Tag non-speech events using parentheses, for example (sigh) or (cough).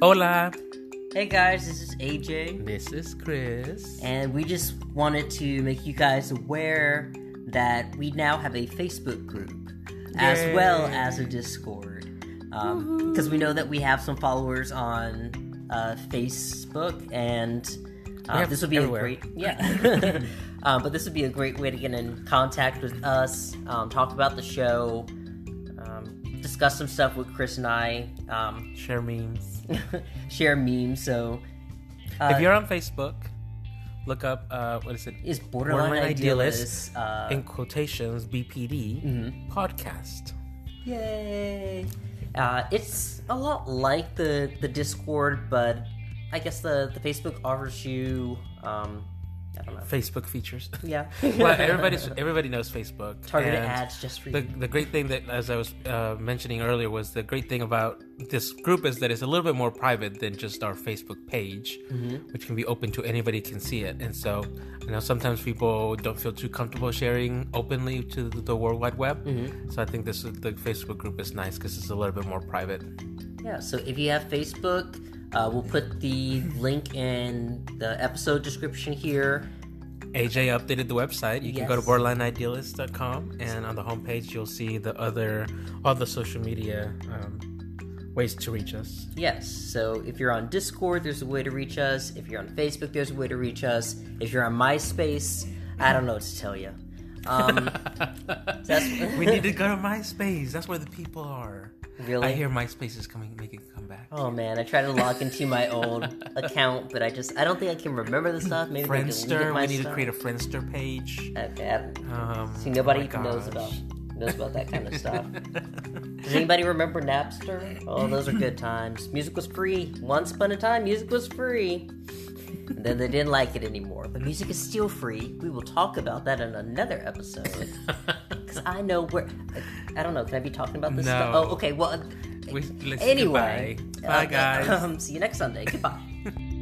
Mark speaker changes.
Speaker 1: Hola,
Speaker 2: Hey guys, this is AJ,
Speaker 1: this is Chris.
Speaker 2: and we just wanted to make you guys aware that we now have a Facebook group as
Speaker 1: Yay.
Speaker 2: well as a Discord. Um, because we know that we have some followers on uh, Facebook, and uh,
Speaker 1: have
Speaker 2: this would be
Speaker 1: everywhere.
Speaker 2: a great
Speaker 1: (laughs)
Speaker 2: yeah. (laughs) um, but this would be a great way to get in contact with us, um, talk about the show, um, discuss some stuff with Chris and I, um, (laughs)
Speaker 1: Share memes.
Speaker 2: share memes. So
Speaker 1: if you're on Facebook, look up uh, what is it?
Speaker 2: is borderline,
Speaker 1: Borderline
Speaker 2: idealist. Uh,
Speaker 1: In quotations, BPD podcast.
Speaker 2: yay! Uh, it's a lot like the the Discord, but I guess the the Facebook offers you. Um, I don't know.
Speaker 1: Facebook (laughs) features.
Speaker 2: Yeah.
Speaker 1: well, everybody's everybody knows Facebook.
Speaker 2: Targeted
Speaker 1: and
Speaker 2: ads just for
Speaker 1: The,
Speaker 2: you.
Speaker 1: the great thing that, as I was uh, mentioning earlier, was the great thing about this group is that it's a little bit more private than just our Facebook page, which can be open to anybody can see it. And so, I know sometimes people don't feel too comfortable sharing openly to the, the World Wide Web. So I think this is- the Facebook group is nice because it's a little bit more private.
Speaker 2: Yeah. So if you have Facebook, uh, we'll put the link in the episode description here.
Speaker 1: AJ updated the website. You can go to
Speaker 2: Yes.
Speaker 1: borderlineidealist.com, and on the homepage you'll see the other all the social media um, ways to reach us.
Speaker 2: Yes. So if you're on Discord, there's a way to reach us. If you're on Facebook, there's a way to reach us. If you're on MySpace, I don't know what to tell you. Um, that's-
Speaker 1: we need to go to MySpace. That's where the people are.
Speaker 2: Really?
Speaker 1: I hear MySpace is coming, making a comeback.
Speaker 2: Oh man, I tried to log into my old
Speaker 1: (laughs)
Speaker 2: account, but I just I don't think I can remember the stuff. Maybe I deleted
Speaker 1: Friendster.
Speaker 2: my
Speaker 1: We need to
Speaker 2: stuff.
Speaker 1: create a Friendster page.
Speaker 2: Okay, I don't-
Speaker 1: Um,
Speaker 2: see, nobody
Speaker 1: oh my
Speaker 2: even knows
Speaker 1: gosh.
Speaker 2: about knows about that kind of
Speaker 1: (laughs)
Speaker 2: stuff. Does anybody remember Napster? Oh, those are good times. Music was free. Once upon a time, music was free. And then they didn't like it anymore. But music is still free. We will talk about that in another episode.
Speaker 1: (laughs)
Speaker 2: Because I know where. I, I don't know. Can I be talking about this
Speaker 1: No.
Speaker 2: stuff? Oh, okay. Well,
Speaker 1: We- let's-
Speaker 2: anyway.
Speaker 1: goodbye. Bye,
Speaker 2: uh,
Speaker 1: guys.
Speaker 2: um, see you next Sunday. Goodbye.